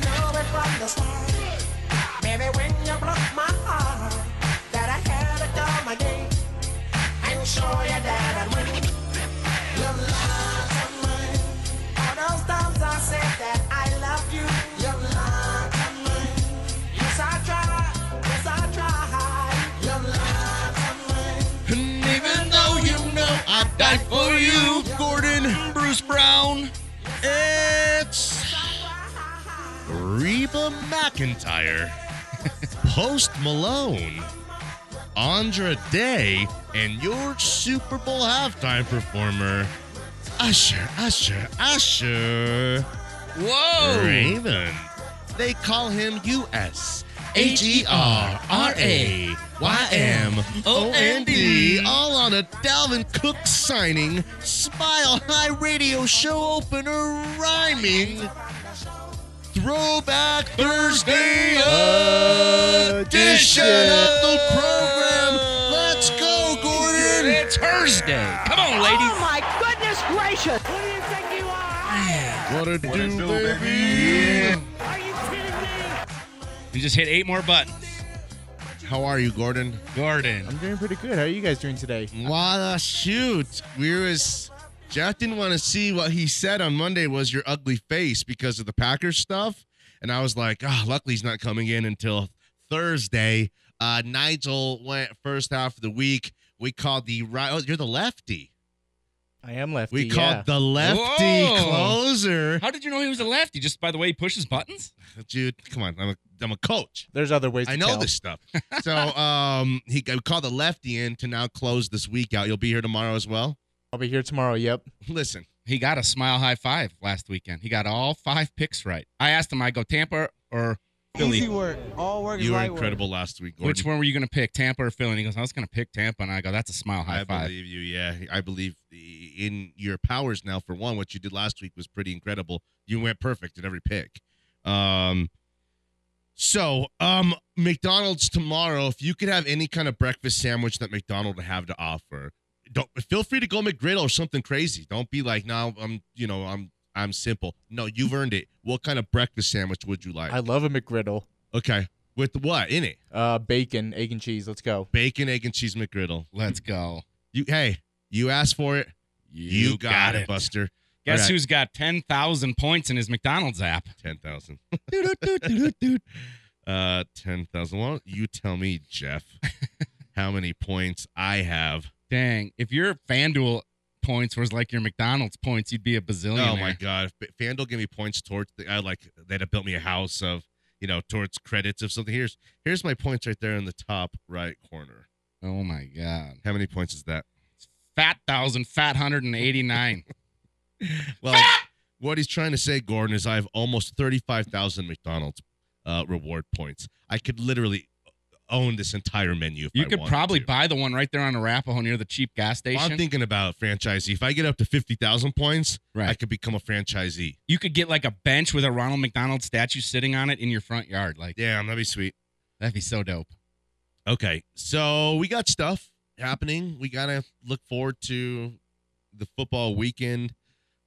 from the start. Baby, when you broke my heart, that I had to come again and show you that I win. Your lies are mine. All those times I said that I love you, your lies are mine. Yes, I tried. Yes, I tried. Your lies are mine. And even though you know I died for you, Gordon Bruce Brown, it's Reba McIntyre, Post Malone, Andra Day, and your Super Bowl halftime performer, Usher, Usher, Usher Whoa! Raven. They call him U.S. H E R R A Y M O N D, all on a Dalvin Cook signing, Smile High radio show opener rhyming. Throwback Thursday edition of the program. Let's go, Gordon. It's Thursday. Come on, lady. Oh my goodness gracious! Who do you think you are? What a do, do, baby. Are you kidding me? You just hit eight more buttons. How are you, Gordon? Gordon. I'm doing pretty good. How are you guys doing today? Wow, shoot. We was Jeff didn't want to see what he said on Monday was your ugly face because of the Packers stuff. And I was like, oh, luckily he's not coming in until Thursday. Uh, Nigel went first half of the week. We called the right. Oh, you're the lefty. I am lefty. We called the lefty Whoa. closer. How did you know he was a lefty? Just by the way he pushes buttons? Dude, come on. I'm a, I'm a coach. There's other ways. To I know tell. this stuff. So um, he called the lefty in to now close this week out. You'll be here tomorrow as well. I'll be here tomorrow. Yep. Listen, He got a smile high five last weekend. He got all five picks right. I asked him, I go Tampa or Philly. Easy work. All work is you were light incredible last week, Gordon. Which one were you going to pick, Tampa or Philly? And he goes, I was going to pick Tampa. And I go, that's a smile high I five. believe you. Yeah, I believe in your powers now. For one, what you did last week was pretty incredible. You went perfect at every pick. Um, so, um, McDonald's tomorrow. If you could have any kind of breakfast sandwich that McDonald have to offer, don't feel free to go McGriddle or something crazy. Don't be like, no, I'm, you know, I'm, I'm simple. No, you've earned it. What kind of breakfast sandwich would you like? I love a McGriddle. okay, with what in it? Uh, bacon, egg and cheese. Let's go. Bacon, egg, and cheese McGriddle. Let's go. You, hey, you asked for it. You, got, it, Buster. Guess All right. who's got 10,000 points in his McDonald's app? Ten thousand. Doo-doo-doo-doo-doo-doo. Uh, ten thousand. Why don't you tell me, Jeff, how many points I have? Dang. If your FanDuel points was like your McDonald's points, you'd be a bazillionaire. Oh my God! If F- FanDuel gave me points towards, the, I like they'd have built me a house of, you know, towards credits of something. Here's here's my points right there in the top right corner. Oh my God. How many points is that? Fat thousand, fat 189. Well, Ah! what he's trying to say, Gordon, is I have almost thirty-five thousand McDonald's uh, reward points. I could literally own this entire menu. If you I could wanted probably to. buy the one right there on Arapahoe near the cheap gas station. Well, I'm thinking about franchisee. If I get up to fifty thousand points, Right. I could become a franchisee. you could get like a bench with a Ronald McDonald statue sitting on it in your front yard. Like Damn, that'd be sweet. that'd be so dope. Okay, so we got stuff happening. We gotta look forward to the football weekend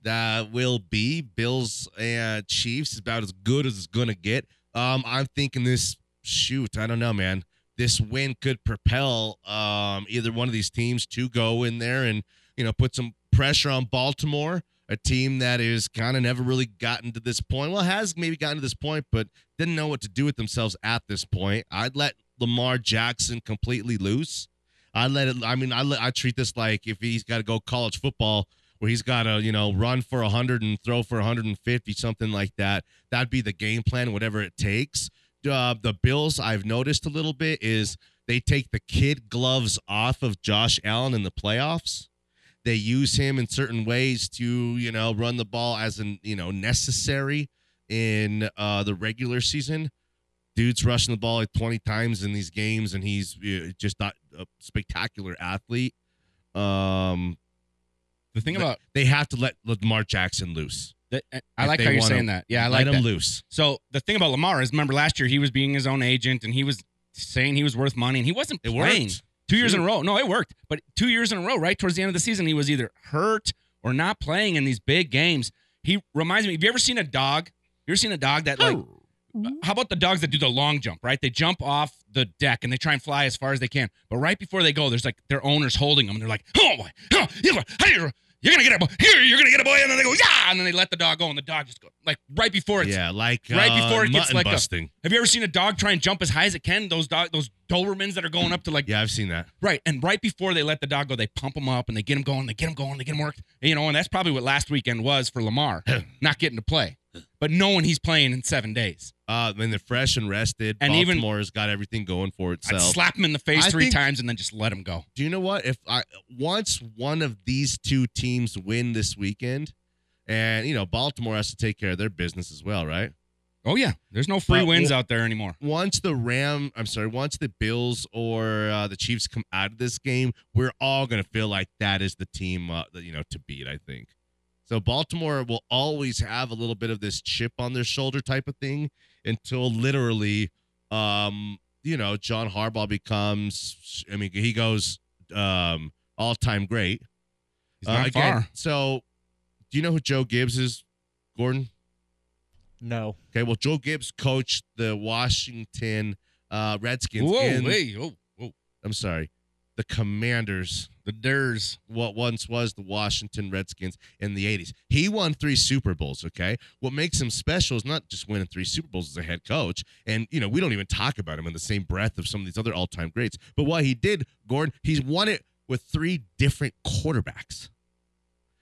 that will be. Bills and Chiefs is about as good as it's gonna get. Um, I'm thinking this. Shoot, I don't know, man. This win could propel um, either one of these teams to go in there and you know put some pressure on Baltimore, a team that is kind of never really gotten to this point. Well, has maybe gotten to this point, but didn't know what to do with themselves at this point. I'd let Lamar Jackson completely loose. I let it. I mean, I let, I treat this like if he's got to go college football, where he's got to you know run for hundred and throw for hundred and fifty, something like that. That'd be the game plan, whatever it takes. Uh, the Bills, I've noticed a little bit is they take the kid gloves off of Josh Allen in the playoffs. They use him in certain ways to you know run the ball as an you know necessary in uh, the regular season dude's rushing the ball like 20 times in these games and he's uh, just not a spectacular athlete um The thing But- about they have to let lamar jackson loose that, I If like they how you're wanna saying that. Yeah, I let like him that. loose So the thing about Lamar is, remember last year he was being his own agent and he was saying he was worth money and he wasn't it playing. worked Two years in a row. No, it worked. But two years in a row, right towards the end of the season, he was either hurt or not playing in these big games. He reminds me. Have you ever seen a dog? You ever seen a dog that like How about the dogs that do the long jump, right? They jump off the deck and they try and fly as far as they can. But right before they go, there's like their owners holding them and they're like, oh boy, oh, you go- hey, you're you're gonna get a boy, here, you're gonna get a boy, and then they go, yeah, and then they let the dog go, and the dog just go like right before it's. yeah, like right uh, before it gets mutton like a- busting. Have you ever seen a dog try and jump as high as it can? Those dog, those Dobermans that are going up to like yeah, I've seen that. Right. And right before they let the dog go, they pump him up and they get him going, they get him going, they get him worked. You know, and that's probably what last weekend was for Lamar, not getting to play, but knowing he's playing in seven days. Uh, when they're fresh and rested, And even- Baltimore's got everything going for I'd itself. slap him in the face I three think- times and then just let him go. Do you know what? If I once one of these two teams win this weekend, and you know Baltimore has to take care of their business as well, right? Oh, yeah. There's no free But wins wha- out there anymore. Once the Ram, I'm sorry, once the Bills or uh, the Chiefs come out of this game, we're all gonna feel like that is the team uh, that, you know to beat. I think. So Baltimore will always have a little bit of this chip on their shoulder type of thing until literally, um, you know, John Harbaugh becomes. I mean, he goes um, all time great. He's Uh, not again, far. So, do you know who Joe Gibbs is, Gordon? No. Okay, well, Joe Gibbs coached the Washington uh, Redskins. Whoa, in- hey, oh, whoa. I'm sorry, the Commanders. The Durs. What once was the Washington Redskins in the 80s. He won three Super Bowls, okay? What makes him special is not just winning three Super Bowls as a head coach. And, you know, we don't even talk about him in the same breath of some of these other all time greats. But what he did, Gordon, he's won it with three different quarterbacks.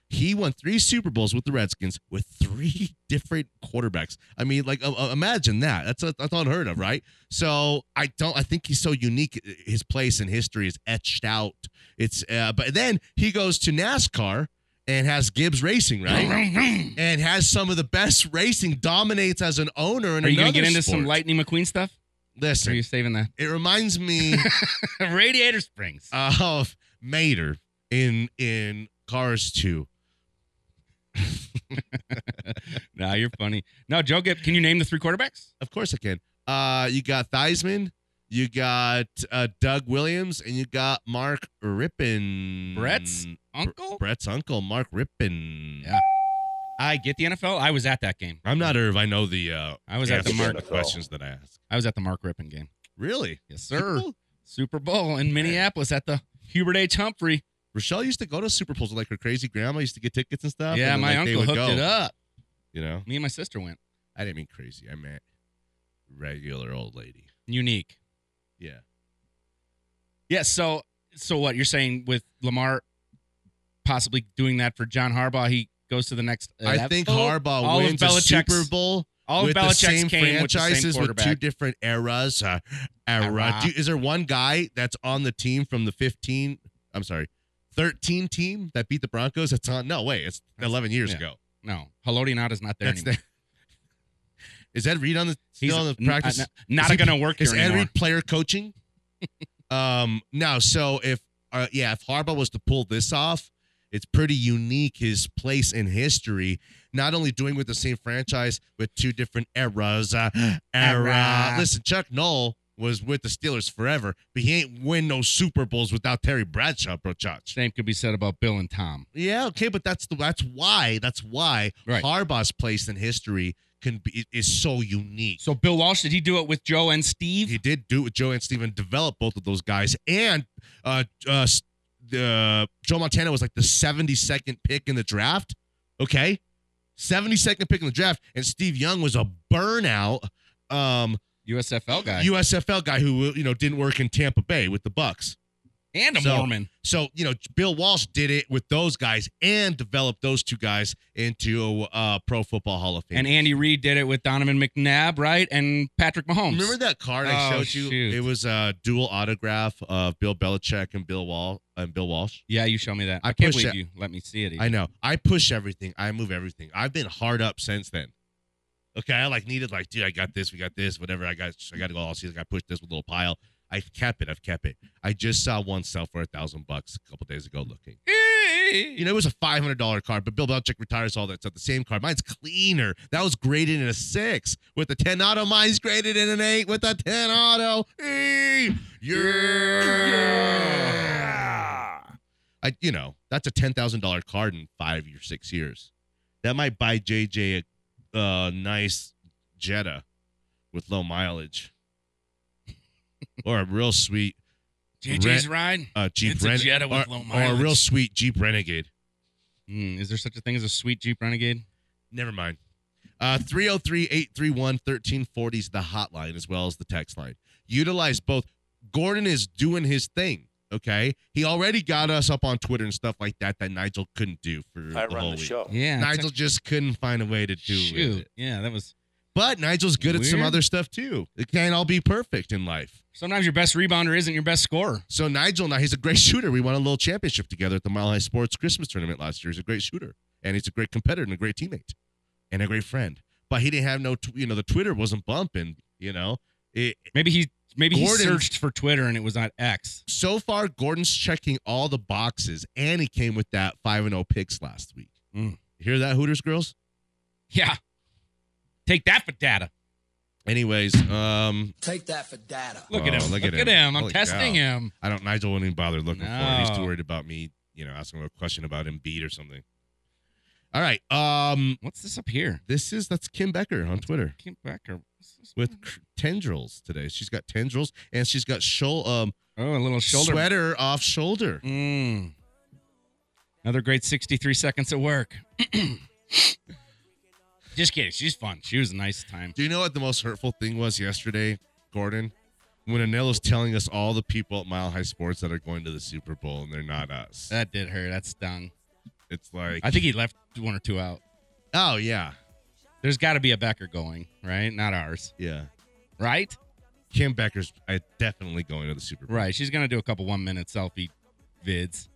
He won three Super Bowls with the Redskins with three different quarterbacks. I mean, like, uh, uh, imagine that. That's that's unheard of, right? So I don't. I think he's so unique. His place in history is etched out. It's. Uh, but then he goes to NASCAR and has Gibbs Racing, right? and has some of the best racing. Dominates as an owner. In Are you going going to to get into some Lightning McQueen stuff? Or are Listen, you saving that? it reminds me Radiator Springs. Uh. of Mater in in Cars Two. nah, you're funny. No, Joe Gibb, can you name the three quarterbacks? Of course I can. Uh, you got Theismann, you got uh, Doug Williams, and you got Mark Rippin. Brett's Uncle? Brett's uncle, Mark Rippin. Yeah. I get the NFL. I was at that game. I'm not Irv. I know the. Uh, I was at the answers Mark. to the questions that I ask. I was at the Mark Rippon game. Really, Yes, sir. Super Bowl in Minneapolis at the Hubert H. Humphrey. Rochelle used to go to Super Bowls with, like her crazy grandma used to get tickets and stuff. yeah, and then, my like, they uncle hooked would go, it up. You know, Me and my sister went. I didn't mean crazy. I meant regular old lady. Unique. Yeah. Yeah. So, so what you're saying with Lamar possibly doing that for John Harbaugh? He goes to the next. I think Harbaugh all of wins a Belichick's- Super Bowl. all of with Belichick's the same came with the same franchises with, two quarterback. different eras. Uh, era. Era. Do you- is there one guy that's on the team from the 15? I'm sorry, 13 team that beat the Broncos? That's on. No way. It's 11 years yeah. ago. No, Haloti Not is not there That's anymore. the- is Ed Reed on the still on the n- practice? n- Is not he- going to work is here Ed anymore. Reed player coaching? um, no. So if uh, yeah, if Harbaugh was to pull this off, it's pretty unique. His place in history, not only doing with the same franchise with two different eras. Uh, era. Era. Listen, Chuck Knoll was with the Steelers forever, but he ain't win no Super Bowls without Terry Bradshaw, bro. Chach. Same could be said about Bill and Tom. Yeah, okay, but that's the that's why that's why Right. Harbaugh's place in history can be is so unique. So Bill Walsh did he do it with Joe and Steve? He did do it with Joe and Steven, develop both of those guys. And uh, uh, s- the Joe Montana was like the 72nd pick in the draft. Okay. 72nd pick in the draft. And Steve Young was a burnout um, USFL guy USFL guy who, you know, didn't work in Tampa Bay with the Bucks. and a So- Mormon. So, you know, Bill Walsh did it with those guys and developed those two guys into uh, Pro Football Hall of Fame. And Andy Reid did it with Donovan McNabb, right? And Patrick Mahomes. Remember that card I Oh, showed you? shoot. It was a dual autograph of Bill Belichick and Bill Wall and Bill Walsh. Yeah, you show me that. I I, can't pushed believe it. you let me see it. even. I know. I push everything. I move everything. I've been hard up since then. Okay, I like needed like, dude, I got this, we got this, whatever. I got, I got to go all season. I pushed this with a little pile. I've kept it. I've kept it. I just saw one sell for a thousand bucks a couple days ago. Looking, you know, it was a five hundred dollar card, but Bill Belichick retires all that stuff. The same card. Mine's cleaner. That was graded in a six with a ten auto. Mine's graded in an eight with a ten auto. Eh. Eee! Yeah. I, you know, that's a ten thousand dollar card in five or six years. That might buy JJ a uh, nice Jetta with low mileage, or a real sweet JJ's Ren- ride. uh, Jeep It's a Renegade, Jetta with or, low or a real mileage. sweet Jeep Renegade. Mm, is there such a thing as a sweet Jeep Renegade? Never mind. Uh, 303-831-1340 is the hotline as well as the text line. Utilize both. Gordon is doing his thing, okay? He already got us up on Twitter and stuff like that that Nigel couldn't do for I the run whole the week. show. Yeah. Nigel just couldn't find a way to do Shoot. it. Yeah, that was. But Nigel's good at some Weird. other stuff too. It can't all be perfect in life. Sometimes your best rebounder isn't your best scorer. So Nigel now he's a great shooter. We won a little championship together at the Mile High Sports Christmas tournament last year. He's a great shooter, and he's a great competitor and a great teammate, and a great friend. But he didn't have no, tw- you know, the Twitter wasn't bumping. You know, it, Maybe he maybe Gordon- he searched for Twitter and it was on X. so far Gordon's checking all the boxes, and he came with that five and zero picks last week. Mm. Hear that, Hooters girls? Yeah. Take that for data. Anyways, um, Take that for data. Look Oh, at him. look Look, at at him. him. I'm Holy testing cow. him. I don't. Nigel wouldn't even bother looking for him. He's too No. worried about me, you know, asking him a question about Embiid or something. All right. Um, What's this up here? this is that's Kim Becker on Twitter. Kim Becker. What's this with one? cr- tendrils today. She's got tendrils and she's got shul- um oh, a little shoulder. sweater off shoulder. Mm. Another great 63 seconds at work. Just kidding. She's fun. She was a nice time. Do you know what the most hurtful thing was yesterday, Gordon? When Anello's telling us all the people at Mile High Sports that are going to the Super Bowl and they're not us. That did her. That stung. It's like Eh. I think he left one or two out. Oh yeah. There's got to be a Becker going, right? Not ours, Yeah. right? Kim Becker's I definitely going to the Super Bowl. Right. She's gonna do a couple one minute selfie vids.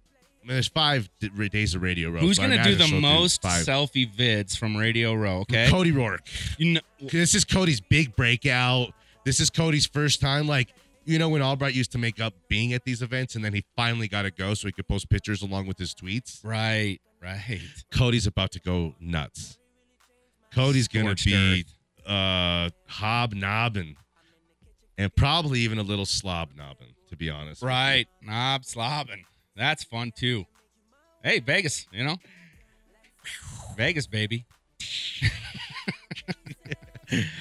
I mean, there's five d- ra- days of radio row. Who's so I gonna do imagine she'll the most five. selfie vids from Radio Row? Okay. Cody Rourke. You know- This is Cody's big breakout. This is Cody's first time. Like, you know, when Albright used to make up being at these events and then he finally got to go so he could post pictures along with his tweets. right. Right. Cody's about to go nuts. Cody's going to Scorched be uh, hobnobbing and probably even a little slobnobbing, to be honest. with you. Right. Knob slobbing. That's fun too. Hey, Vegas, you know? Vegas, baby.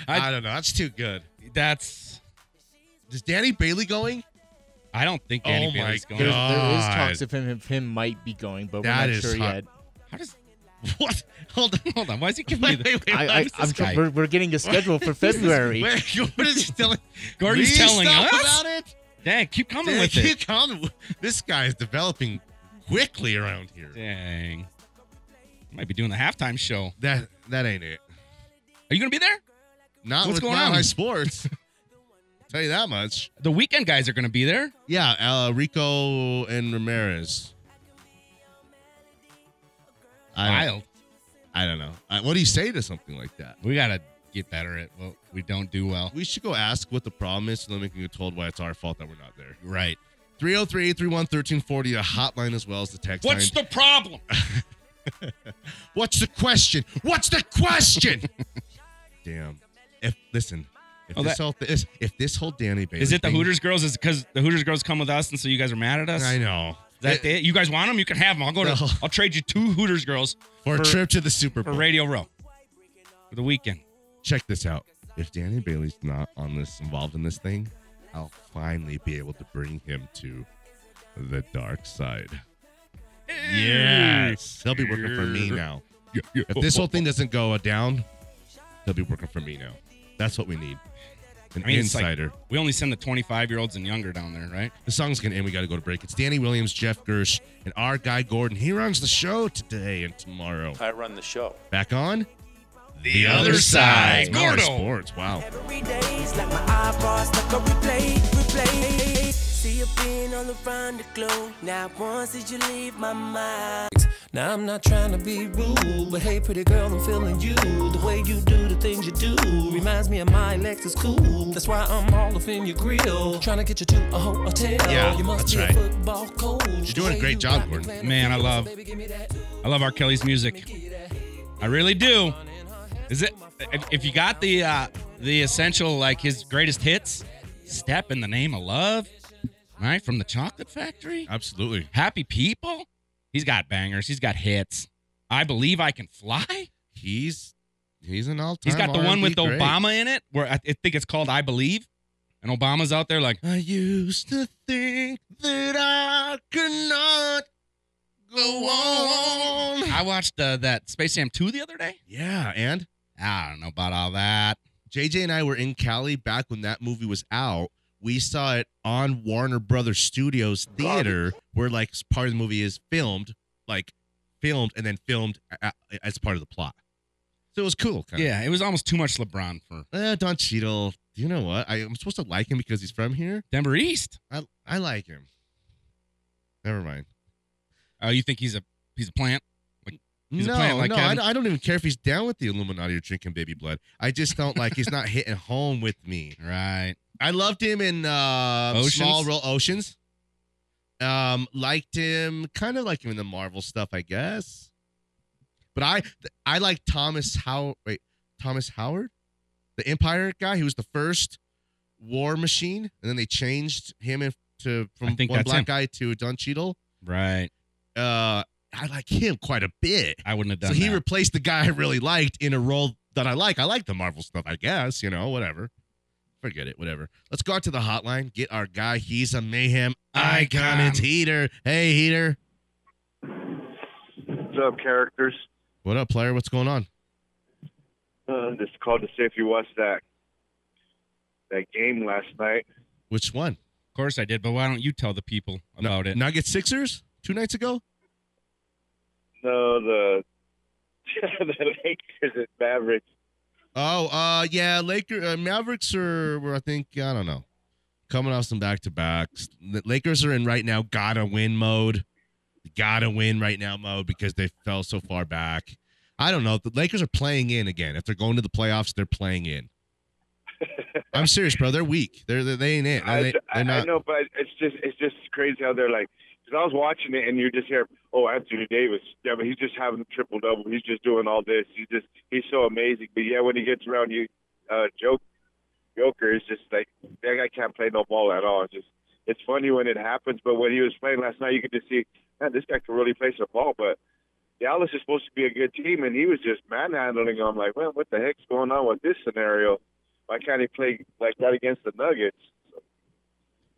I, don't know. That's too good. That's Is Danny Bailey going? I don't think Oh Danny my Bailey's going. There's, there is God. talks of him of him might be going, but we're That not is sure hot. yet. How does What? Hold on. hold on? Why is he giving me Wait, wait, the wait. I, what I, is I'm this tr- guy? we're, we're getting a schedule for February. Wait, what is he telling? Gordon's Lee's telling stuff us? about it? Dang, keep coming Dang, with you it. come- This guy is developing quickly around here. Dang. Might be doing the halftime show. That that ain't it. Are you gonna be there? Not What's with going Mile on? High Sports. Tell you that much. The weekend guys are gonna be there. Yeah, uh, Rico and Ramirez. I don't, Wild. I don't know. I, what do you say to something like that? We gotta get better at what we don't do well. We should go ask what the problem is, and then we can get told why it's our fault that we're not there. Right. 303 831 1340, the hotline as well as the text line. What's the problem? What's the question? What's the question? Damn. If listen, if Oh, this that- whole thi- is- if this whole Danny Bailey Is it the thing- Hooters girls? Is because the Hooters girls come with us, and so you guys are mad at us? I know. Is that It- it? You guys want them? You can have them. I'll go to. No. I'll trade you two Hooters girls for a trip to the Super for Bowl. Radio Row for the weekend. Check this out. If Danny Bailey's not on this involved in this thing, I'll finally be able to bring him to the dark side. Yes, he'll be working for me now. If this whole thing doesn't go down, he'll be working for me now. That's what we need. An I mean, it's like- insider. We only send the 25 year olds and younger down there, right? The song's gonna end. We gotta go to break. It's Danny Williams, Jeff Gersh, and our guy Gordon. He runs the show today and tomorrow. I run the show. Back on The other side. More Gordo. sports. Wow. Every day's like my eyeballs like a replay, replay. See you being all around the globe. Now once did you leave my mind? Now I'm not trying to be rude, but hey, pretty girl, I'm feeling you. The way you do the things you do reminds me of my Lexus cool. That's why I'm all up in your grill, trying to get you to a hotel. Yeah, you must that's be right. a football coach. You're doing a great job, Gordon. Man, I love- I love R. Kelly's music. I really do. Is it? If, if you got the uh, the essential like his greatest hits, "Step in the Name of Love," right from the Chocolate Factory. Absolutely. Happy People. He's got bangers. He's got hits. I believe I can fly. He's He's an all-time. He's got the one R&B with great. Obama in it, where I I think it's called "I Believe," and Obama's out there like, I used to think that I could not go on. I watched uh, that Space Jam 2 the other day. Yeah, and I don't know about all that. JJ and I were in Cali back when that movie was out. We saw it on Warner Brothers Studios Theater, where like part of the movie is filmed, like filmed and then filmed a- a- as part of the plot. So it was cool. Kind Yeah, it was almost too much LeBron for Of. Uh, Don Cheadle. You know what? I, I'm supposed to like him because he's from here. Denver East. I I like him. Never mind. Oh, you think he's a he's a plant? He's a no, plant like no, Kevin. I, I don't even care if he's down with the Illuminati or drinking baby blood. I just don't like he's not hitting home with me. Right. I loved him in uh, Oceans? Small Real Oceans. Um, liked him, kind of like him in the Marvel stuff, I guess. But I, I like Thomas How. Wait, Thomas Howard, the Empire guy. He was the first War Machine, and then they changed him in- to I from think one that's black him. guy to Don Cheadle. Right. Uh, I like him quite a bit. I wouldn't have done So he that. replaced the guy I really liked in a role that I like. I like the Marvel stuff, I guess, you know, whatever. Forget it, whatever. Let's go out to the hotline, get our guy. He's a mayhem icon. It's Heater. Hey, Heater. What's up, characters? What up, player? What's going on? Uh, just called to see if you watched that that game last night. Which one? of course I did, but why don't you tell the people Nu- about it? Nugget Sixers two nights ago? No, the the Lakers at Mavericks. Oh, uh, yeah. Lakers, uh, Mavericks are, were, I think, I don't know, coming off some back to backs. Lakers are in right now, gotta win mode. Gotta win right now mode because they fell so far back. I don't know. The Lakers are playing in again. If they're going to the playoffs, they're playing in. I'm serious, bro. They're weak. They're, they're they ain't it. I, They, I, are I not. know, but it's just it's just crazy how they're like. Because I was watching it, and you just hear, "Oh, Anthony Davis. Yeah, but he's just having triple double. He's just doing all this. He's just he's so amazing. But yeah, when he gets around you, uh, joke Joker is just like that guy can't play no ball at all. It's just it's funny when it happens, but when he was playing last night, you could just see, man, this guy can really play some ball. But Dallas is supposed to be a good team, and he was just manhandling. I'm like, well, what the heck's going on with this scenario? Why can't he play like that against the Nuggets?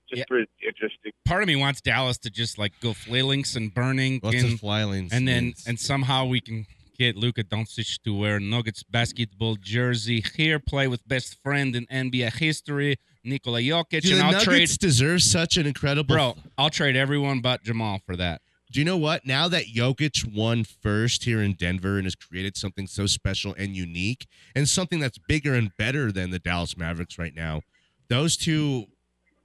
Just Yeah. pretty interesting. Part of me wants Dallas to just like go flailings and burning Lots and- of flylings. and then and somehow we can get Luka Doncic to wear Nuggets basketball jersey here, play with best friend in NBA history, Nikola do Jokic, the and I'll Nuggets trade deserve such an incredible bro. I'll trade everyone but Jamal for that. Do you know what? Now that Jokic won first here in Denver and has created something so special and unique and something that's bigger and better than the Dallas Mavericks right now, those two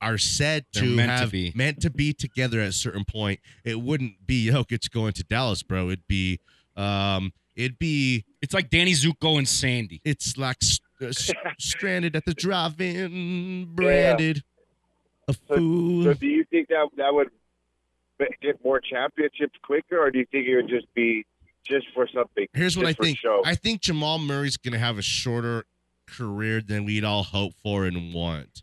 are said They're to meant to have be. meant to be together at a certain point. It wouldn't be Jokic going to Dallas, bro. It'd be um it'd be It's like Danny Zuko and Sandy. it's like s- uh, s- stranded at the drive-in branded a fool. So, do you think that that would be- get more championships quicker, or do you think it would just be just for something? Here's what I just for think. Show? I think Jamal Murray's going to have a shorter career than we'd all hope for and want.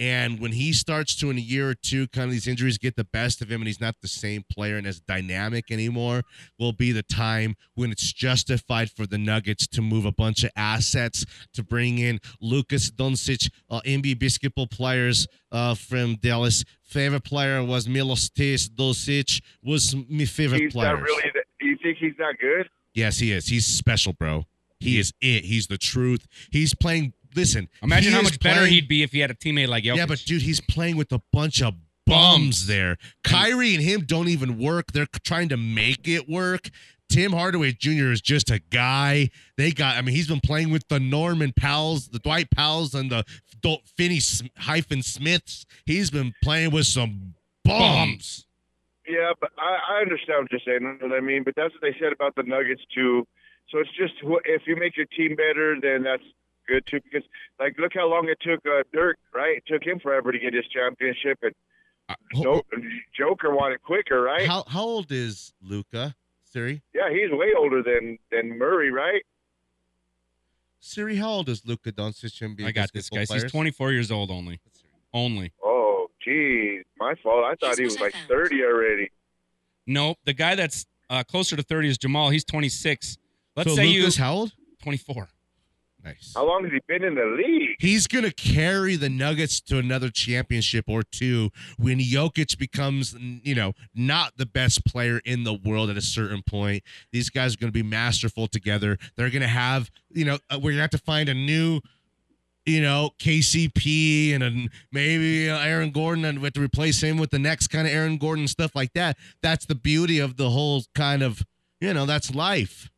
And when he starts to, in a year or two, kind of these injuries get the best of him and he's not the same player and as dynamic anymore, will be the time when it's justified for the Nuggets to move a bunch of assets to bring in Lucas Doncic, uh, NBA basketball players uh, from Dallas. Favorite player was Milos Doncic, was my favorite he's player. not really. That, do you think he's not good? Yes, he is. He's special, bro. He is it. He's the truth. He's playing. Listen, Imagine he how is much better playing- he'd be if he had a teammate like Jokic. Yeah, but dude, he's playing with a bunch of Bums. bums there. Kyrie and him don't even work. They're trying to make it work. Tim Hardaway Jr. is just a guy. They got. I mean, he's been playing with the Norman Powell's, the Dwight Powell's, and the Dol- Finney Sm- hyphen Smiths. He's been playing with some bums. Yeah, but I, I understand what you're saying. you know what I mean, but that's what they said about the Nuggets too. So it's just wh- if you make your team better, then that's good too. Because like, look how long it took uh, Dirk. Right, it took him forever to get his championship, and Jo- Joker wanted quicker. Right? How how old is Luca? Siri yeah, he's way older than than Murray. Right? Siri, how old is Luca Doncic? and be I got this, basketball guys. He's players? 24 years old only. Only. Oh, geez, my fault. I thought he was like 30 already. Nope. The guy that's uh, closer to 30 is Jamal. He's 26. Let's so say Luca's you. how old? 24. Nice. How long has he been in the league? He's going to carry the Nuggets to another championship or two when Jokic becomes, you know, not the best player in the world at a certain point. These guys are going to be masterful together. They're going to have, you know, uh, we're going to have to find a new, you know, KCP and a, maybe uh, Aaron Gordon and we have to replace him with the next kind of Aaron Gordon stuff like that. That's the beauty of the whole kind of, you know, that's life.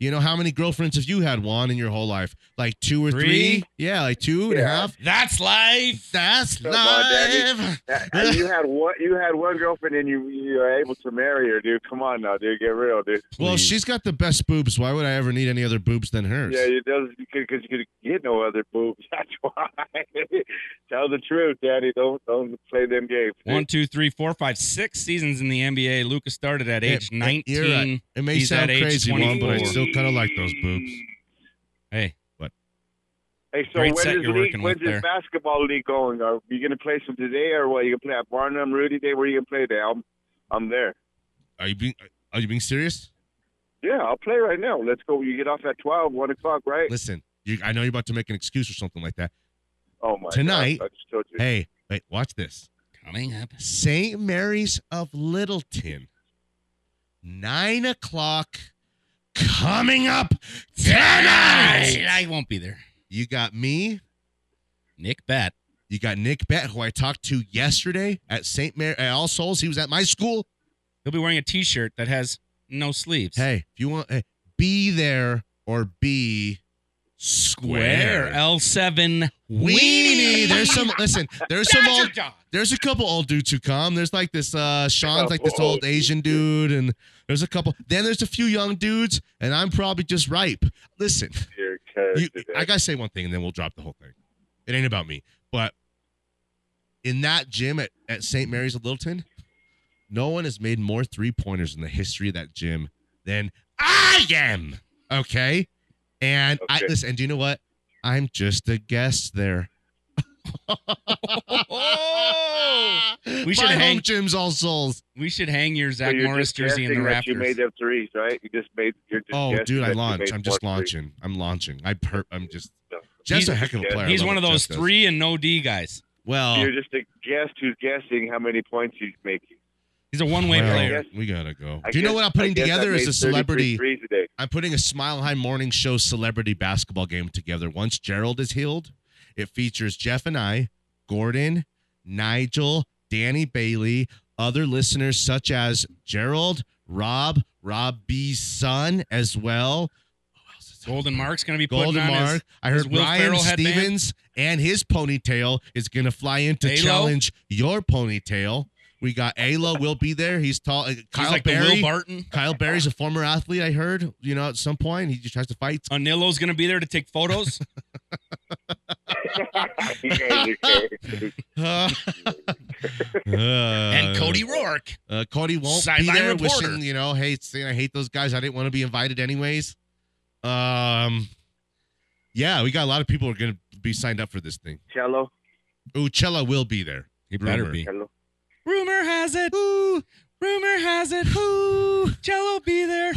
You know, how many girlfriends have you had, Juan, in your whole life? Like two or three? Three? Yeah, like two and a Yeah. half. That's life. That's Come on, Daddy. life. Uh, and you had one, you had one girlfriend, and you you are able to marry her, dude. Come on now, dude. Get real, dude. Well, Please. she's got the best boobs. Why would I ever need any other boobs than hers? Yeah, it does because you could get no other boobs. That's why. Tell the truth, Daddy. Don't don't play them games. dude. One, two, three, four, five, six seasons in the NBA. Lucas started at Yeah, age yeah, 19. you're right. It may He's sound at age crazy, Juan, but I 24. still kind of like those boobs. Hey, Hey, so Great when set is you're league, working when's with this there. basketball league going? Are you gonna play some today, or what? You gonna play at Barnum Rudy Day? Where you gonna play today? I'm I'm there. Are you being Are you being serious? Yeah, I'll play right now. Let's go. You get off at 12, 1 o'clock, right? Listen, you, I know you're about to make an excuse or something like that. Oh my! Tonight- God, I just told you. Hey, wait, watch this. coming up. St. Mary's of Littleton, nine o'clock. Coming up Tonight! tonight. I won't be there. You got me. Nick Bat. You got Nick Bett, who I talked to yesterday at St. Mary at All Souls. He was at my school. He'll be wearing a t shirt that has no sleeves. Hey, if you want, hey, be there or be Square square. L7 Weenie. There's some. Listen. There's some old. dog. There's a couple old dudes who come. There's like this. uh Sean's like this old Asian dude, and there's a couple. Then there's a few young dudes, and I'm probably just ripe. Listen. Dear character, you, I Daddy. gotta say one thing, and then we'll drop the whole thing. It ain't about me, but in that gym at, at St. Mary's of Littleton, no one has made more three pointers in the history of that gym than I am. Okay, and I Okay. listen. And do you know what? I'm just a guest there. We should My home hang- gyms all souls. We should hang your So Zach you're Morris just jersey in the guessing that You made Raptors. them threes, right? You just made. You're just Oh, guessing dude, that I you launched. made I'm just more threes. launching. I'm launching. I per- I'm just. No. Jeff's He's- a heck of a Jeff- player. I He's love one of what those Jeff does. three and no D guys. Well, You're just a guest who's guessing how many points he's making. He's a one way Well, player. We gotta go. I Do you know guess- what I'm I putting guess I together made is 33 a celebrity? threes today. I'm putting a Smile High Morning Show celebrity basketball game together. Once Gerald is healed, it features Jeff and I, Gordon, Nigel, Danny Bailey, other listeners such as Gerald, Rob, Rob B's son as well. Who else is- Golden Mark's going to be putting Golden on his- Mark. I his heard Will Ryan Ferrell headband. Stevens and his ponytail is going to fly in to Alo? challenge your ponytail. We got Ayla will be there. He's tall. uh, Kyle he's like the Barry. Will Barton. Kyle Barry's a former athlete. I heard. You know, at some point he just tries to fight. Anillo's going to be there to take photos. Uh, and Cody Rourke. uh, Cody won't be Sideline there. reporter. Wishing, you know, hey, saying I hate those guys. I didn't want to be invited anyways. Um, yeah, we got a lot of people who are going to be signed up for this thing. Cello, Uchella will be there. He better be. cello. Rumor has it. Rumor has it. Jello be there.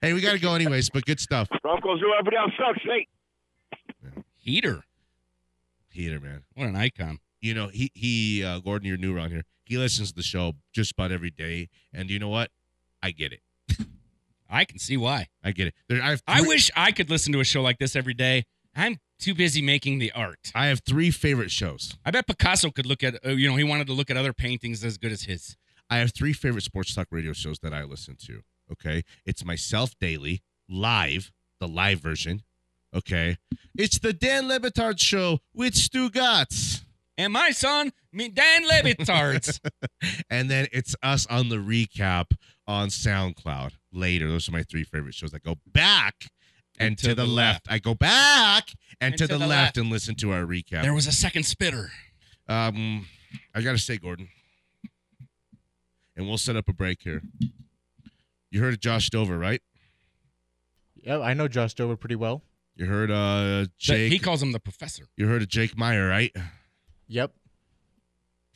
Hey, we got to go anyways, but good stuff. Broncos, whoever down sucks. Hey, Heater. Peter, man. What an icon. You know, he, he uh, Gordon, you're new around here. He listens to the show just about every day. And you know what? I get it. I can see why. I get it. There, I, have I three- wish I could listen to a show like this every day. I'm too busy making the art. I have three favorite shows. I bet Picasso could look at, uh, you know, he wanted to look at other paintings as good as his. I have three favorite sports talk radio shows that I listen to. Okay. It's myself daily, live, the live version. Okay. It's the Dan Levitard show with Stu Gatz. And my son, me Dan Levitards. and then it's us on the recap on SoundCloud later. Those are my three favorite shows. I go back and, to, the, left. I go back and, to, the, left, and listen to our recap. there was a second spitter. Um, I gotta say, Gordon, and we'll set up a break here. You heard of Josh Dover, right? Yeah, I know Josh Dover pretty well. You heard uh Jake. He calls him the professor. you heard of Jake Meyer, right? Yep.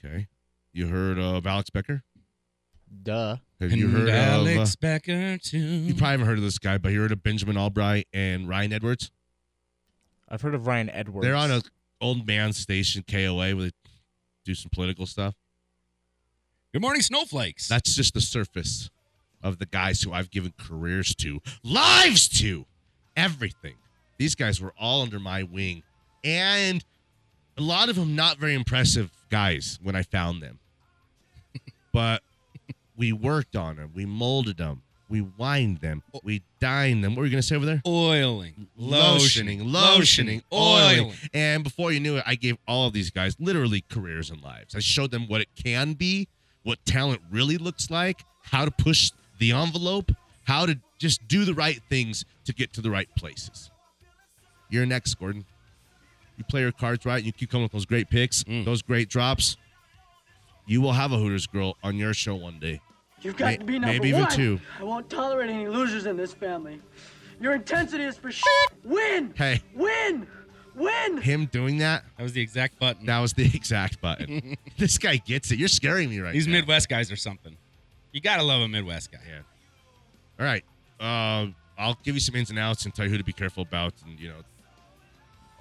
Okay. You heard of Alex Becker? Duh. Have you And heard Alex of? uh, Becker too. you probably haven't heard of this guy, but you heard of Benjamin Albright and Ryan Edwards. I've heard of Ryan Edwards. They're on a old man station KOA where they do some political stuff. Good morning, snowflakes. That's just the surface of the guys who I've given careers to, lives to, everything. These guys were all under my wing, and a lot of them not very impressive guys when I found them. but we worked on them, we molded them, we wined them, we dined them. What were you gonna say over there? oiling, lotioning, lotioning, oiling. oiling. And before you knew it, I gave all of these guys literally careers and lives. I showed them what it can be, what talent really looks like, how to push the envelope, how to just do the right things to get to the right places. You're next, Gordon. You play your cards right, and you keep coming with those great picks, those great drops. You will have a Hooters girl on your show one day. You've got May- to be number maybe even one. two. I won't tolerate any losers in this family. Your intensity is for shit. Win! Hey. Win! Win! Him doing that, That was the exact button. that was the exact button. this guy gets it. You're scaring me right These now. Midwest guys or something. You gotta love a Midwest guy. Yeah. All right. Uh, I'll give you some ins and outs and tell you who to be careful about. And, you know,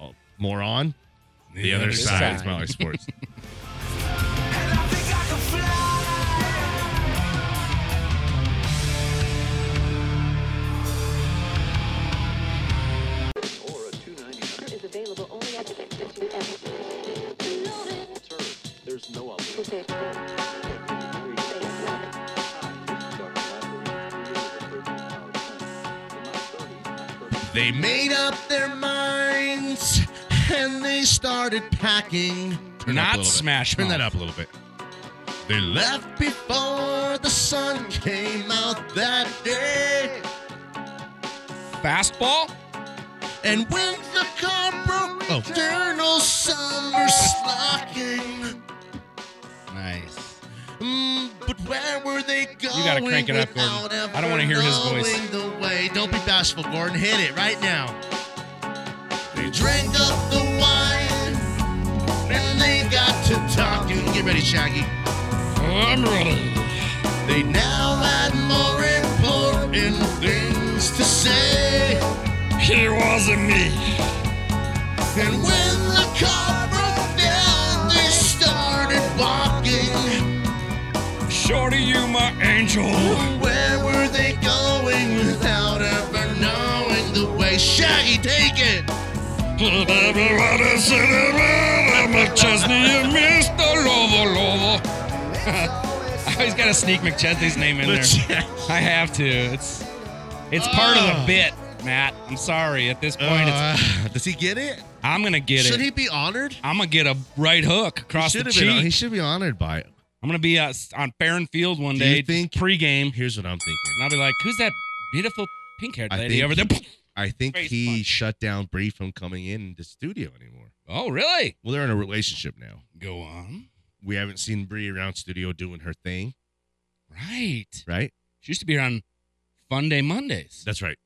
oh, more on the, other, side, is Molly Sports. is available only at There's no They made up their minds and they started packing. Turn up Not a little bit. Smash Turn that up Mouth. a little bit. They left before the sun came out that day. Fastball? And when the car broke, Oh. eternal summer slacking. Nice. Mm, but where were they going? gotta crank it up, Gordon. without I don't wanna ever hear his voice. knowing the way? Don't be bashful, Gordon. Hit it right now. They drank up the wine and they got to talking. Get ready, Shaggy. I'm ready. They now had more important things to say. He wasn't me. And when the car broke down, they started walking. Shorty, you my angel. Where were they going without ever knowing the way? Shaggy, take it! McChesney and Mr. Lovo Lovo. I always gotta sneak McChesney's name in there. I have to. It's it's part of the Ah. Uh, bit, Matt. I'm sorry. At this point, it's, does he get it? I'm gonna get should it. he be honored? I'm gonna get a right hook across the Should have cheek. been. He should be honored by it. I'm gonna be uh, s- on Barron Field one Do day, you think- pregame, Here's what I'm thinking. and I'll be like, "Who's that beautiful pink-haired I lady think- over there?" I think Face he punch. shut down Bree from coming in the studio anymore. Oh, really? Well, they're in a relationship now. Go on. We haven't seen Bree around studio doing her thing, Right. right? She used to be here on Fun Day Mondays. That's right.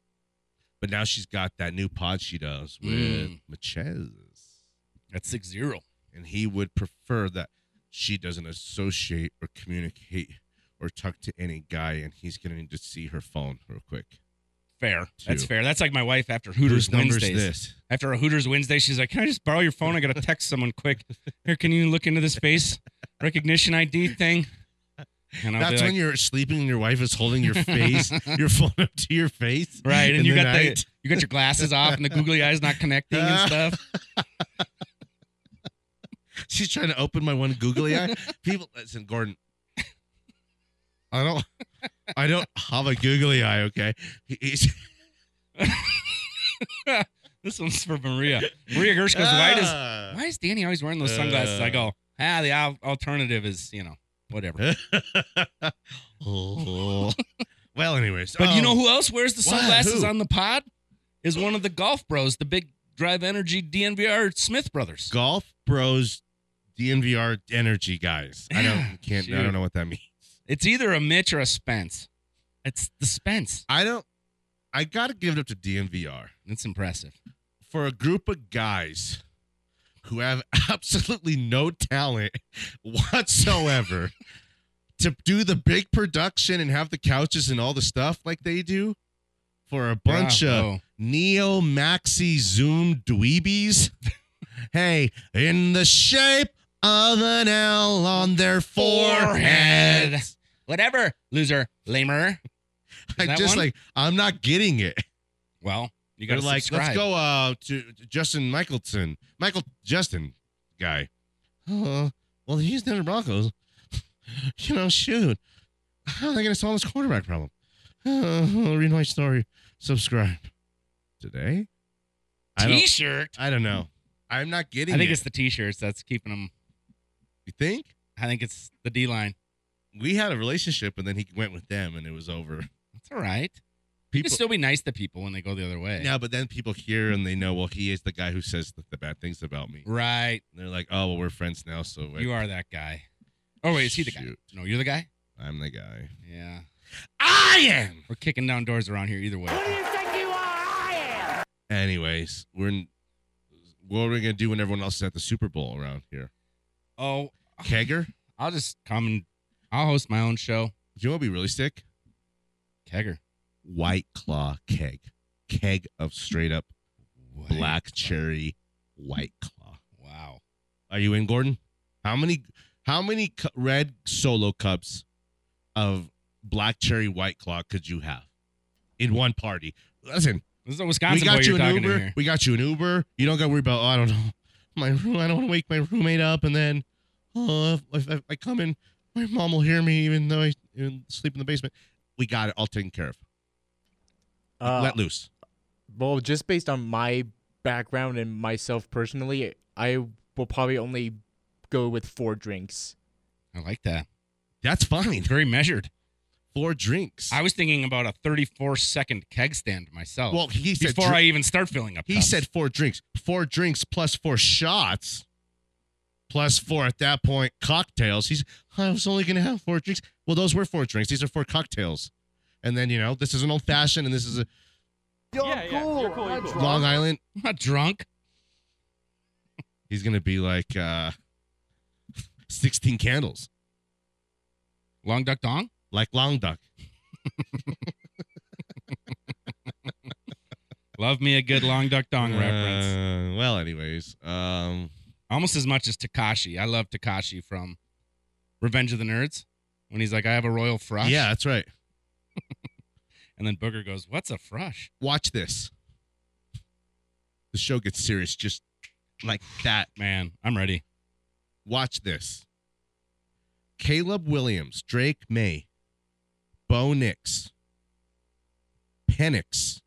But now she's got that new pod she does with Mm. Machez. That's six zero. and he would prefer that she doesn't associate or communicate or talk to any guy and he's going to need to see her phone real quick Fair. That's Two. fair. That's like my wife after Hooters Whose number's Wednesdays. this After a Hooters Wednesday, she's like, "Can I just borrow your phone? I gotta text someone quick. Here, can you look into this face recognition ID thing?" And I'll that's be when like, you're sleeping and your wife is holding your face your phone up to your face "Right." And, in you the got night. the you got your glasses off and the googly eyes not connecting and stuff. she's trying to open my one googly eye people listen gordon i don't i don't have a googly eye okay He- he's This one's for Maria. Maria Gersh goes, why does Ah. Uh. why is Danny always wearing those sunglasses? I go, ah, the al- alternative is you know whatever. oh. well anyways But you know um, who else wears the Why? sunglasses Who? on the pod? Is one of the golf bros, the big Drive Energy DNVR Smith brothers. golf bros DNVR energy guys. I don't can't I Shoot. don't know what that means. It's either a Mitch or a Spence. It's the Spence. I don't I got to give it up to DNVR It's impressive. for a group of guys who have absolutely no talent whatsoever to do the big production and have the couches and all the stuff like they do for a bunch of Bravo. neo maxi zoom dweebies. hey, in the shape of an L on their forehead. Whatever, loser, lamer. I that just one? like I'm not getting it. Well, you They're gotta like, let's subscribe. go uh, to to Justin Michaelson, Michael Justin guy. Oh, well, he's Denver Broncos. you know, shoot, how are they going to solve this quarterback problem? Oh, read my story. Subscribe today. I don't. T-shirt. I don't know. I'm not I getting. think it. it's the T-shirts that's keeping them. You think I think it's the D line. we had a relationship, and then he went with them, and it was over. That's all right. You People. can still be nice to people when they go the other way. yeah, but then people hear and they know. Well, he is the guy who says the, the bad things about me. Right. And they're like, oh, well, we're friends now, so You are that guy. Oh wait, is he the guy? Shoot. No, you're the guy. I'm the guy. Yeah. I am. We're kicking down doors around here either way. Anyways, we're in, what are we gonna do when everyone else is at the Super Bowl around here? Oh, Kegger? I'll just come and I'll host my own show. Do you want to be really sick? Kegger. White Claw keg, keg of straight up White black Claw. cherry White Claw. Wow. Are you in, Gordon? How many? How many cu- red solo cups of black cherry White Claw could you have in one party? Listen, This is a Wisconsin we got boy you you're an talking Uber. to here. We got you an Uber. You don't got to worry about. Oh, I don't know. My room. I don't want to wake my roommate up, and then oh, if, if I come in, my mom will hear me, even though I even sleep in the basement. We got it all taken care of. Uh, Let loose. well, just based on my background and myself personally, I will probably only go with four drinks. I like that. That's fine. It's very measured. Four drinks. I was thinking about a 34 second keg stand myself. well, he said. before dr- I even start filling up. he cups. said four drinks. Four drinks plus four shots. Plus four at that point cocktails. He's I was only gonna have four drinks. Well, those were four drinks. These are four cocktails. And then you know this is an old fashioned, and this is a Long Island. I'm not drunk. he's gonna be like uh 16 candles Long duck dong. like long duck Love me a good long duck dong reference. Uh, well anyways um Almost as much as Takashi. I love Takashi from Revenge of the Nerds when he's like, I have a royal frush. yeah that's right And then Booger goes, What's a frush? watch this the show gets serious just like that Man, I'm ready. watch this caleb williams drake may bo nix Penix.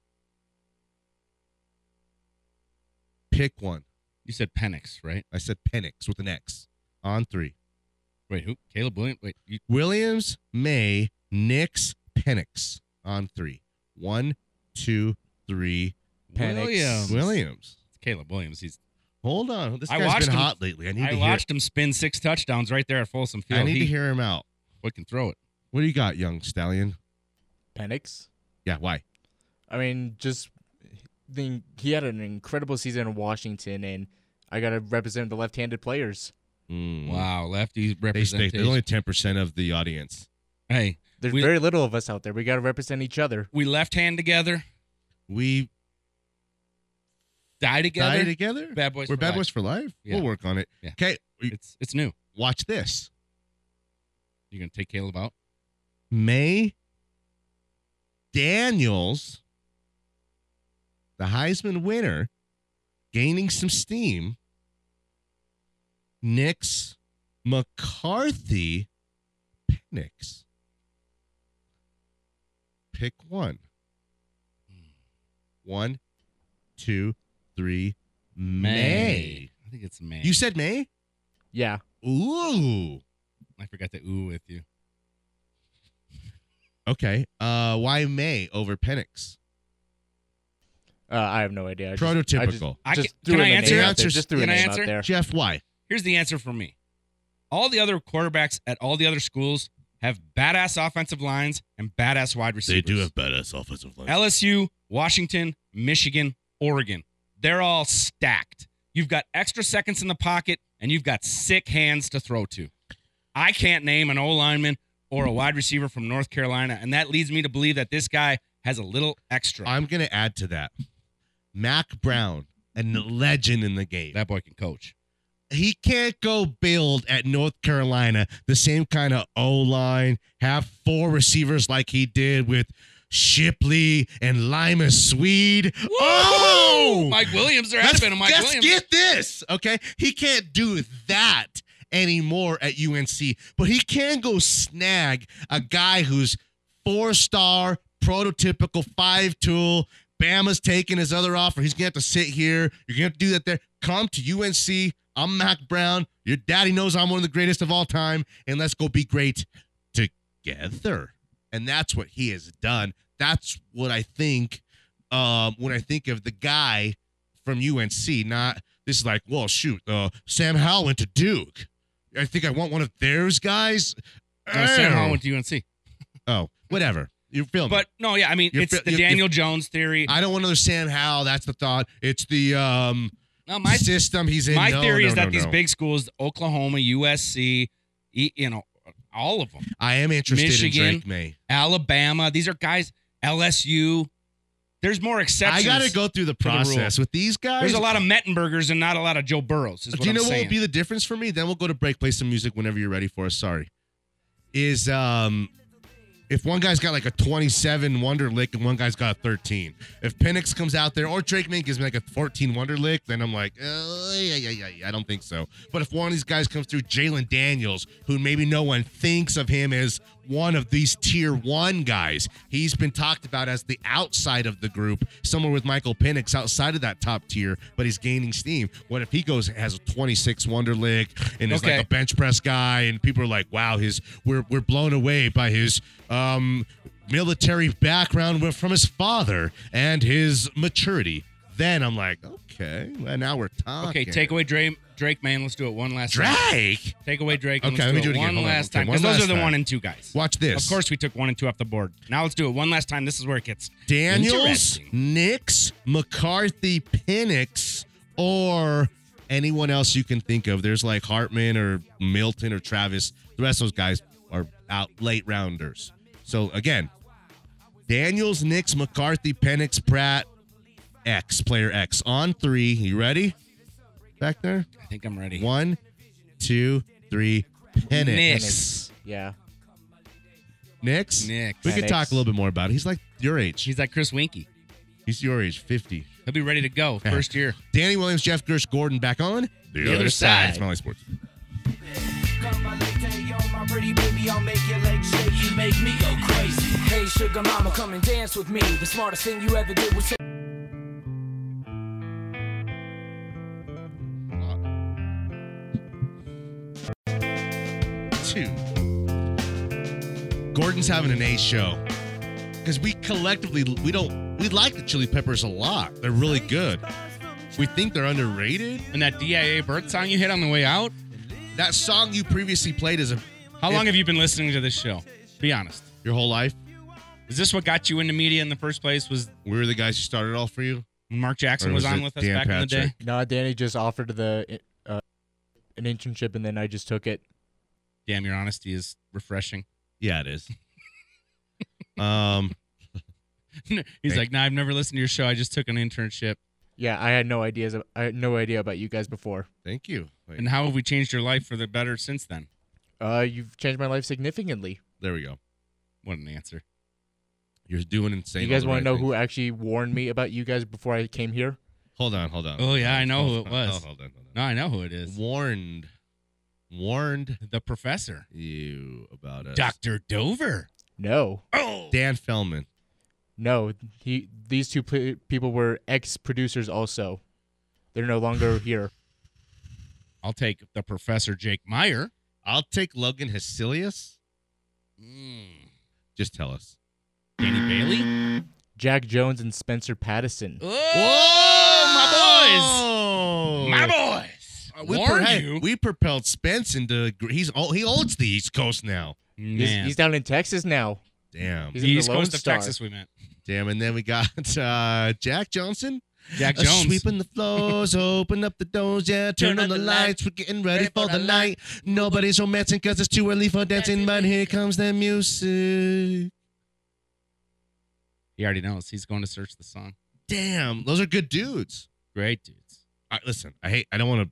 pick one You said Penix, right? i said Penix with an x on three Wait, who? Caleb Williams? Wait, you, Williams, May, Nix, Penix on three. One, two, three. Penix. Williams. Williams. It's Caleb Williams. He's. Hold on. This I guy's watched been him- hot lately. I need I to watched him spin six touchdowns right there at Folsom hear. Field. I need he to hear him out. what can throw it. What do you got, young stallion? Penix. Yeah, why? I mean, just the, he had an incredible season in Washington, and I gotta represent the left-handed players. Mm. Wow, They lefty stay, representation. there's only ten percent of the audience. hey, There's We- very little of us out there. We gotta represent each other. we left hand together, We die die together. together. Bad boys. We're for bad life. boys for life. Yeah. We'll work on it. Yeah. Okay, It's it's new. watch this. You're gonna take Caleb out. May Daniels, the Heisman winner, gaining some steam. Nix McCarthy Penix. Pick one. One, two, three, May. I think it's May. You said May? Yeah, Ooh. I forgot the ooh with you. Okay. Uh why May over Penix? uh, I have no idea. I just- I just- Prototypical. I just can- threw can a I name answer? out there. Just threw a Can I name out answer? there. Jeff, why? Here's the answer for me. All the other quarterbacks at all the other schools have badass offensive lines and badass wide receivers. badass offensive line. LSU, Washington, Michigan, Oregon. They're all stacked. You've got extra seconds in the pocket and you've got sick hands to throw to. I can't name an O lineman or a wide receiver from North Carolina. And that leads me to believe that this guy has a little extra. I'm going to add to that. Mac Brown, a legend in the game. that boy can coach. he can't go build at North Carolina the same kind of O line, have four receivers like he did with Shipley and Lima Swede. Oh, Mike Williams, there has let's, been a Mike let's Williams. get this. Okay, he can't do that anymore at UNC, but he can go snag a guy who's four star, prototypical five tool. Bama's taking his other offer. He's gonna have to sit here. You're gonna have to do that there. Come to UNC. I'm Mac Brown. Your daddy knows I'm one of the greatest of all time, and let's go be great together. And that's what he has done. That's what I think um, when I think of the guy from UNC. Not this is like, well, shoot, uh, Sam Howell went to Duke. I think I want one of theirs guys. No, Sam Oh. Howell went to UNC. Oh, whatever. You're feeling. But no, yeah, I mean, You're it's fi- the you're- Daniel Jones theory. I don't want another Sam Howell. That's the thought. It's the um, no, my system he's in. my No, theory no, is that no, these no. big schools, Oklahoma, USC, e- you know, all of them, I am interested Michigan. in Drake May. Alabama, these are guys, LSU. There's more I exceptions. got to go through the the rule. process with these guys. There's a lot of Mettenbergers and not a lot of Joe Burrows. Is what Do you I'm know what saying. will be the difference for me? Then we'll go to break, play some music whenever you're ready for us. Sorry. Is um if one guy's got like a 27 wonder lick and one guy's got a 13. If Penix comes out there or Drake May gives me like a 14 wonder lick, then I'm like, oh, yeah, yeah, yeah, yeah, I don't think so. But if one of these guys comes through, Jalen Daniels, who maybe no one thinks of him as one of these tier one guys, he's been talked about as the outside of the group, somewhere with Michael Penix outside of that top tier, but he's gaining steam. What if he goes has a 26 wonder lick and is Okay. like a bench press guy and people are like wow his we're, we're blown away by his um, military background wi- from his father and his maturity then i'm like okay well, now we're talking Okay, take away Drake, Drake Man. Let's do it one last time. drake Take away Drake. and Okay, let's let me do it it again. one Hold on. last Okay, time. one Because those last are the time. one and two guys. watch this Of course, we took one and two off the board. Now let's do it one last time. This is where it gets daniels interesting. nix mccarthy Penix, or anyone else you can think of there's like hartman or milton or travis the rest of those guys are out late rounders so again Daniels, Nix, McCarthy, Penix, Pratt, X, player X. On three. You ready? Back there? I think I'm ready. One, two, three. Penix. Nix. Yeah. Nix? Nix. We could Penix. talk a little bit more about it. He's like your age. He's like Chris Winky. He's your age, 50. He'll be ready to go first year. Danny Williams, Jeff Gersh, Gordon back on the, other side. Smell like sports. Come my late day, yo, my pretty baby, I'll make your legs shake. You make me go crazy. Hey, sugar mama, come and dance with me. The smartest thing you ever did was say. two. Gordon's having an A show because we collectively we don't we like the Chili Peppers a lot. They're really good. We think they're underrated. And that DIA Burt song you hit on the way out. That song you previously played is a How If- long have you been listening to this show? Be honest. your whole life. Is this what got you into media in the first place? Was We were the guys who started it all for you. when Mark Or Jackson was, was on it with us Dan back in the day? Patrick? No, Danny just offered the uh, an internship, and then I just took it. Damn, your honesty is refreshing. Yeah, it is. um, He's Right. like, nah, I've never listened to your show. I just took an internship. Yeah, I had no ideas. ab- I had no idea about you guys before. thank you. Wait, And how have we changed your life for the better since then? Uh, you've changed my life significantly. there we go. What an answer. You're doing insane. you guys want to know who actually warned me about you guys before I came here? Hold on, hold on. Oh, yeah, I know who Hold it on, was. Hold on, hold on. No, I know who it is. Warned, warned The professor. you about us. Dr. Dover. No, Oh. Dan Fellman. no. He, these two pl- people were ex-producers. Also, they're no longer here. I'll take the professor Jake Meyer. I'll take Logan Hesselius. Mm. Just tell us. Danny Bailey. Jack Jones and Spencer Patterson. Oh, Oh! my boys. My boys. I We, per- warned hey, you. we propelled Spence into gr- he's oh, he owns the East Coast now. He's, Man. he's down in Texas now. Damn, He's the in East the Lone Coast of Star. Texas, we met. damn, and then we got uh, Jack Johnson Jack Uh, Jones. Sweeping the floors, open up the doors, yeah. Turn, on, the lights, we're getting ready for the night. Nobody's romancing because it's too early for dancing, but here comes the music. He already knows. He's going to search the song. Damn, those are good dudes. Great dudes. I listen, I hate, I don't want to.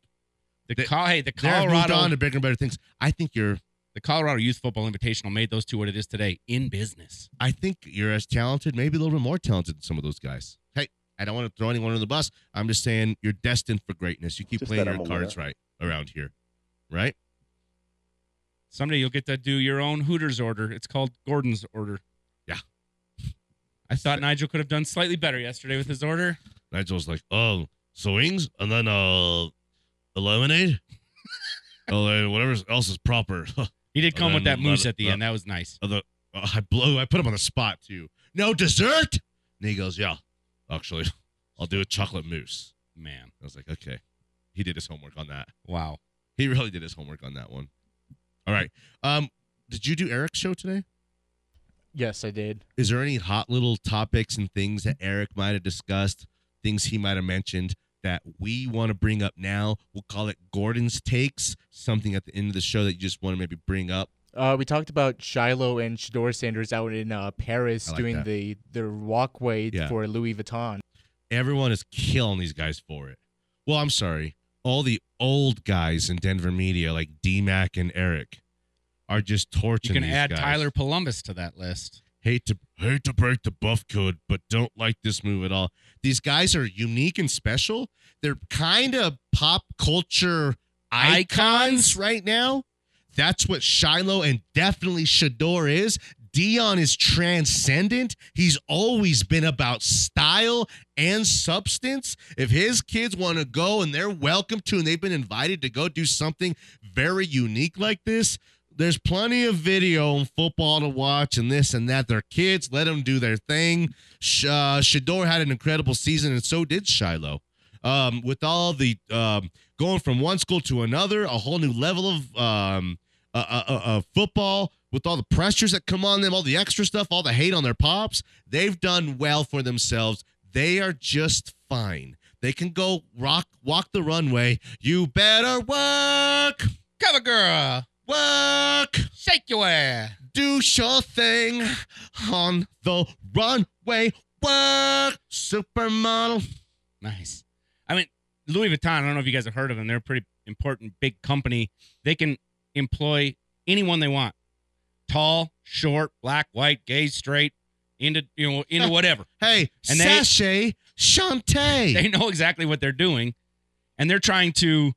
The They- Col- hey, the Colorado moved Colorado on to bigger and better things. I think you're, the Colorado Youth Football Invitational made those two what it is today in business. I think you're as talented, maybe a little bit more talented than some of those guys. Hey, I don't want to throw anyone under the bus. I'm just saying you're destined for greatness. You keep Just playing that your I'm aware. cards right around here, right? Someday you'll get to do your own Hooters order. It's called Gordon's order. Yeah. I thought Nigel could have done slightly better yesterday with his order. Nigel's like, oh, so wings and then uh, the lemonade. oh, then whatever else is proper. Uh, He did Oh, come with then that let moose it- at the let- end. That was nice. the I blew. I put him on the spot too. No dessert. And he goes, yeah, actually, I'll do a chocolate mousse. Man. I was like, okay, he did his homework on that. Wow. He really did his homework on that one. All right. Um, did you do Eric's show today? Yes, I did. Is there any hot little topics and things that Eric might have discussed, things he might have mentioned that we want to bring up now? We'll call it Gordon's Takes, something at the end of the show that you just want to maybe bring up. Uh, we talked about Shiloh and Shador Sanders out in uh, Paris I like doing that. the their walkway Yeah. for Louis Vuitton. Everyone is killing these guys for it. Well, I'm sorry. All the old guys in Denver media, like D Mac and Eric, are just You torturing can these add guys. Tyler Columbus to that list. hate to hate to break the buff code, but don't like this move at all. These guys are unique and special. They're kind of pop culture icons right now. That's what Shiloh and definitely Shador is. Dion is transcendent. He's always been about style and substance. If his kids want to go and they're welcome to and they've been invited to go do something very unique like this, there's plenty of video and football to watch and this and that. Their kids, let them do their thing. Sh- uh, Shador had an incredible season, and so did Shiloh. Um, with all the um, going from one school to another, a whole new level of um, uh, uh, uh, uh, football, with all the pressures that come on them, all the extra stuff, all the hate on their pops, they've done well for themselves. They are just fine. They can go rock, walk the runway. You better work, Cover girl. work Shake your ass. do your thing on the runway. Work, supermodel. Nice. I mean, Louis Vuitton, I don't know if you guys have heard of them. They're a pretty important big company. They can employ anyone they want. Tall, short, black, white, gay, straight, into you know, into whatever. Hey, And they- sachet, Shantae. They know exactly what they're doing and they're trying to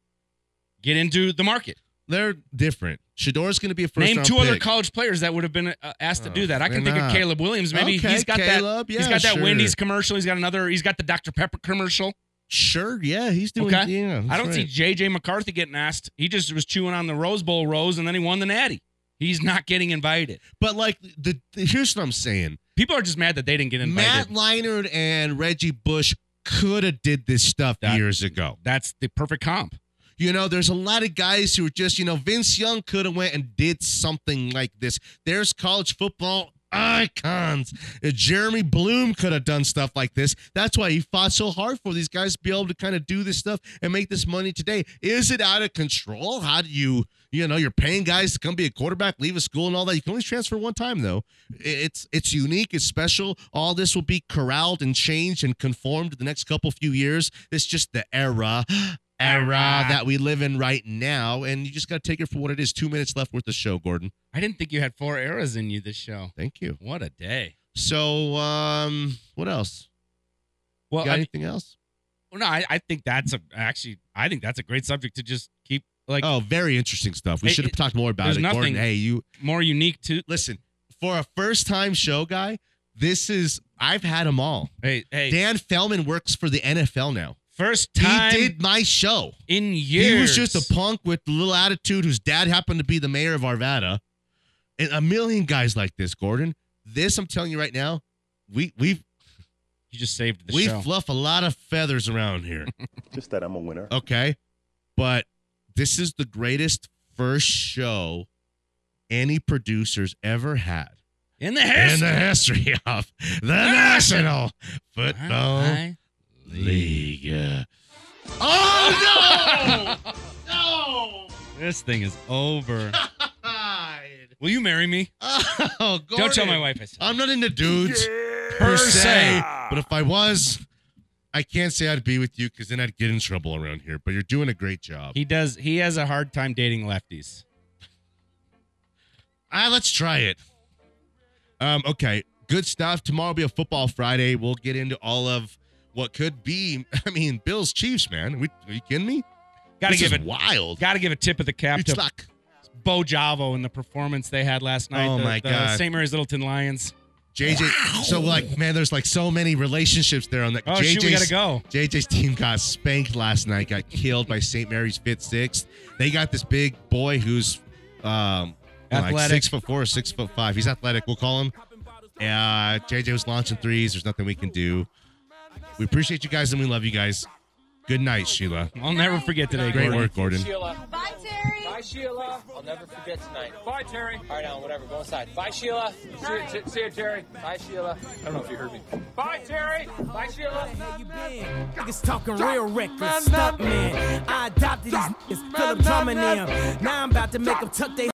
get into the market. They're different. Shador's going to be a first Name round two other pick. college players that would have been uh, asked to Oh, do that. I can they're think of not. Caleb Williams. Maybe Okay, he's got Caleb, that. yeah, he's got that sure. Wendy's commercial. He's got another. He's got the Dr Pepper commercial. Sure, yeah, he's doing. Okay. Yeah, I that's don't see right. JJ McCarthy getting asked. He just was chewing on the Rose Bowl rose and then he won the Natty. He's not getting invited. But like the, the here's what I'm saying: People are just mad that they didn't get invited. Matt Leinart and Reggie Bush could have did this stuff That- years ago. That's the perfect comp. You know, there's a lot of guys who are just, you know, Vince Young could have went and did something like this. There's college football icons. Uh, Jeremy Bloom could have done stuff like this. That's why he fought so hard for these guys to be able to kind of do this stuff and make this money today. Is it out of control? How do you, you know, you're paying guys to come be a quarterback, leave a school and all that. You can only transfer one time though. I- It's it's unique, it's special. All this will be corralled and changed and conformed the next couple few years. It's just the era era that we live in right now, and you just got to take it for what it is. Two minutes left worth of show, Gordon. I didn't think you had four eras in you this show. Thank you. What a day. So, um, what else? Well, You got I mean, anything else? no, I, I think that's a actually I think that's a great subject to just keep like oh, very interesting stuff. We It- should have it- talked more about there's it, Gordon. nothing- Hey, you more unique to listen for a first-time show guy. This is I've had them all. hey hey Dan Fellman works for the NFL now. first time He did my show. in years. He was just a punk with a little attitude whose dad happened to be the mayor of Arvada. And a million guys like this, Gordon. This, I'm telling you right now, we we've You just saved the we show. fluff a lot of feathers around here. Just that I'm a winner. okay. But this is the greatest first show any producers ever had in the in history. the history of the National Football I League. Oh no! no! This thing is over. God. Will you marry me? Oh, Gordon. Don't tell my wife I said. I'm not into dudes per se. But if I was, I can't say I'd be with you because then I'd get in trouble around here. But you're doing a great job. He does. He has a hard time dating lefties. Ah, let's try it. Um, okay, good stuff. Tomorrow will be a football Friday. We'll get into all of what could be. I mean, Bills Chiefs, man. We, are you kidding me? Gotta This give is it. wild. Gotta give a tip of the cap It's to luck. Bo Javo and the performance they had last night. Oh, the, my the God. St. Mary's Littleton Lions. JJ. So like, man, there's like so many relationships there on that. Oh JJ's, shoot, we gotta go. JJ's team got spanked last night, got killed by St. Mary's Fifth Sixth. They got this big boy who's um like Athletic. six foot four or six foot five. He's athletic, we'll call him. Uh JJ was launching threes. There's nothing we can do. We appreciate you guys and we love you guys. Good night, Sheila. I'll never forget today. Great Gordon. work, Gordon. Sheila. Bye, Terry. Bye, Sheila. I'll never forget tonight. Bye, Terry. All right, now, whatever. Go inside. Bye, Sheila. Bye. See, you, see you, Terry. Bye, Sheila. I don't know if you heard me. Bye, Terry. Bye, Sheila. Niggas talking real reckless, stuntman. I adopted these niggas, Philip Drummond them. Now I'm about to make them tuck they